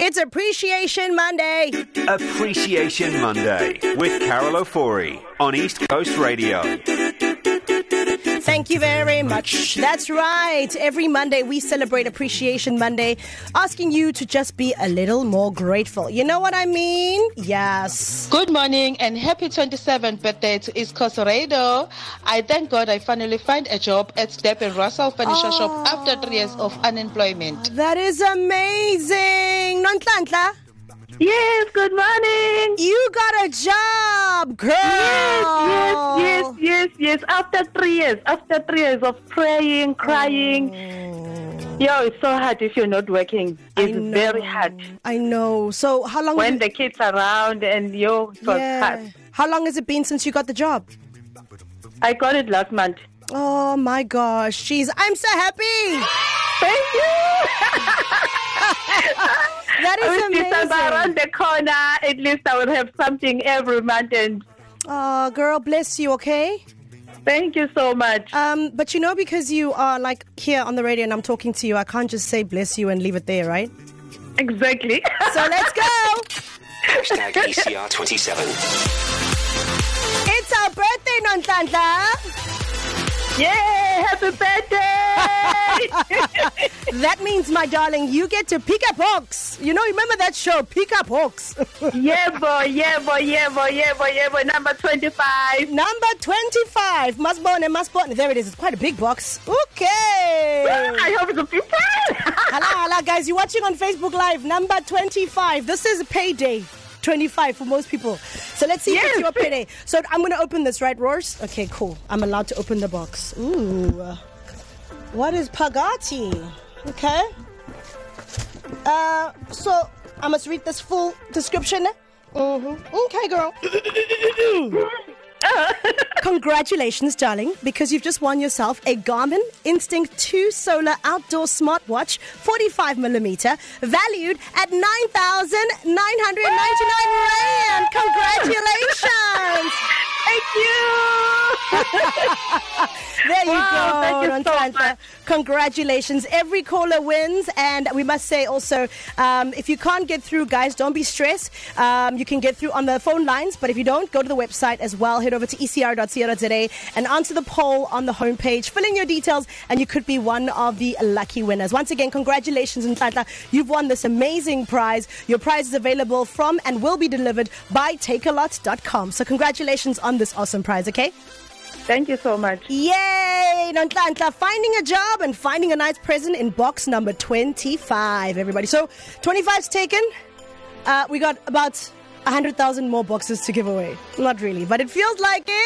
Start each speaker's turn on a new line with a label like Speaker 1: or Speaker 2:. Speaker 1: It's Appreciation Monday.
Speaker 2: Appreciation Monday with Carol O'Forey on East Coast Radio.
Speaker 1: Thank you very much. That's right. Every Monday we celebrate Appreciation Monday, asking you to just be a little more grateful. You know what I mean? Yes.
Speaker 3: Good morning and happy 27th birthday to East Coast Radio. I thank God I finally find a job at Step and Russell Furniture Shop after three years of unemployment.
Speaker 1: That is amazing. Nontlantla,
Speaker 4: Yes, good morning.
Speaker 1: you got a job, girl.
Speaker 4: Yes, yes, yes, yes, yes. After three years, after three years of praying, crying. Yo, it's so hard if you're not working.
Speaker 1: Mm. I
Speaker 4: It's
Speaker 1: know.
Speaker 4: very hard.
Speaker 1: I know. So how long?
Speaker 4: When
Speaker 1: have
Speaker 4: the
Speaker 1: you-
Speaker 4: kids are around and yo, it was
Speaker 1: yeah.
Speaker 4: hard.
Speaker 1: How long has it been since you got the job?
Speaker 4: I got it last month.
Speaker 1: Oh my gosh, jeez, I'm so happy.
Speaker 4: Thank you.
Speaker 1: That is
Speaker 4: With December
Speaker 1: amazing.
Speaker 4: around the corner, at least I will have something every month. And
Speaker 1: Oh, girl, bless you, okay?
Speaker 4: thank you so much.
Speaker 1: Um, but you know, because you are like here on the radio and I'm talking to you, I can't just say bless you and leave it there, right?
Speaker 4: Exactly.
Speaker 1: So let's go.
Speaker 5: Hashtag ECR27.
Speaker 1: It's our birthday, Nontlantla.
Speaker 4: Yay! Happy birthday!
Speaker 1: That means, my darling, you get to pick up hawks. You know, remember that show, Pick Up Hawks?
Speaker 4: Yeah, boy, yeah, boy, yeah, boy, yeah, boy, yeah, boy. Number 25.
Speaker 1: Number 25, Musbone and Musbone. There it is. It's quite a big box. Okay.
Speaker 4: I hope it's a big
Speaker 1: Hello, hello, guys. You're watching on Facebook Live, number 25. This is payday 25 for most people. So let's see if it's
Speaker 4: Yes.
Speaker 1: your payday. So I'm going to open this, right, Roars? Okay, cool. I'm allowed to open the box. Ooh. What is Pagati? Okay. Uh, so I must read this full description. Mm-hmm. Okay, girl. Congratulations, darling, because you've just won yourself a Garmin Instinct 2 Solar Outdoor Smartwatch, 45mm, valued at 9,999 Rand. Congratulations!
Speaker 4: Thank you.
Speaker 1: There you
Speaker 4: Wow,
Speaker 1: go.
Speaker 4: thank you so
Speaker 1: Nonhlanhla.
Speaker 4: much.
Speaker 1: Congratulations. Every caller wins. And we must say also, um, if you can't get through, guys, don't be stressed. Um, you can get through on the phone lines. But if you don't, go to the website as well. Head over to E ecr.co.za and answer the poll on the homepage. Fill in your details and you could be one of the lucky winners. Once again, congratulations, Ntlantla. You've won this amazing prize. Your prize is available from and will be delivered by takealot.com. So congratulations on this awesome prize, okay?
Speaker 4: Thank you so much.
Speaker 1: Yay! Nontlantla finding a job and finding a nice present in box number 25, everybody. So 25's taken. Uh, we got about 100,000 more boxes to give away. Not really, but it feels like it.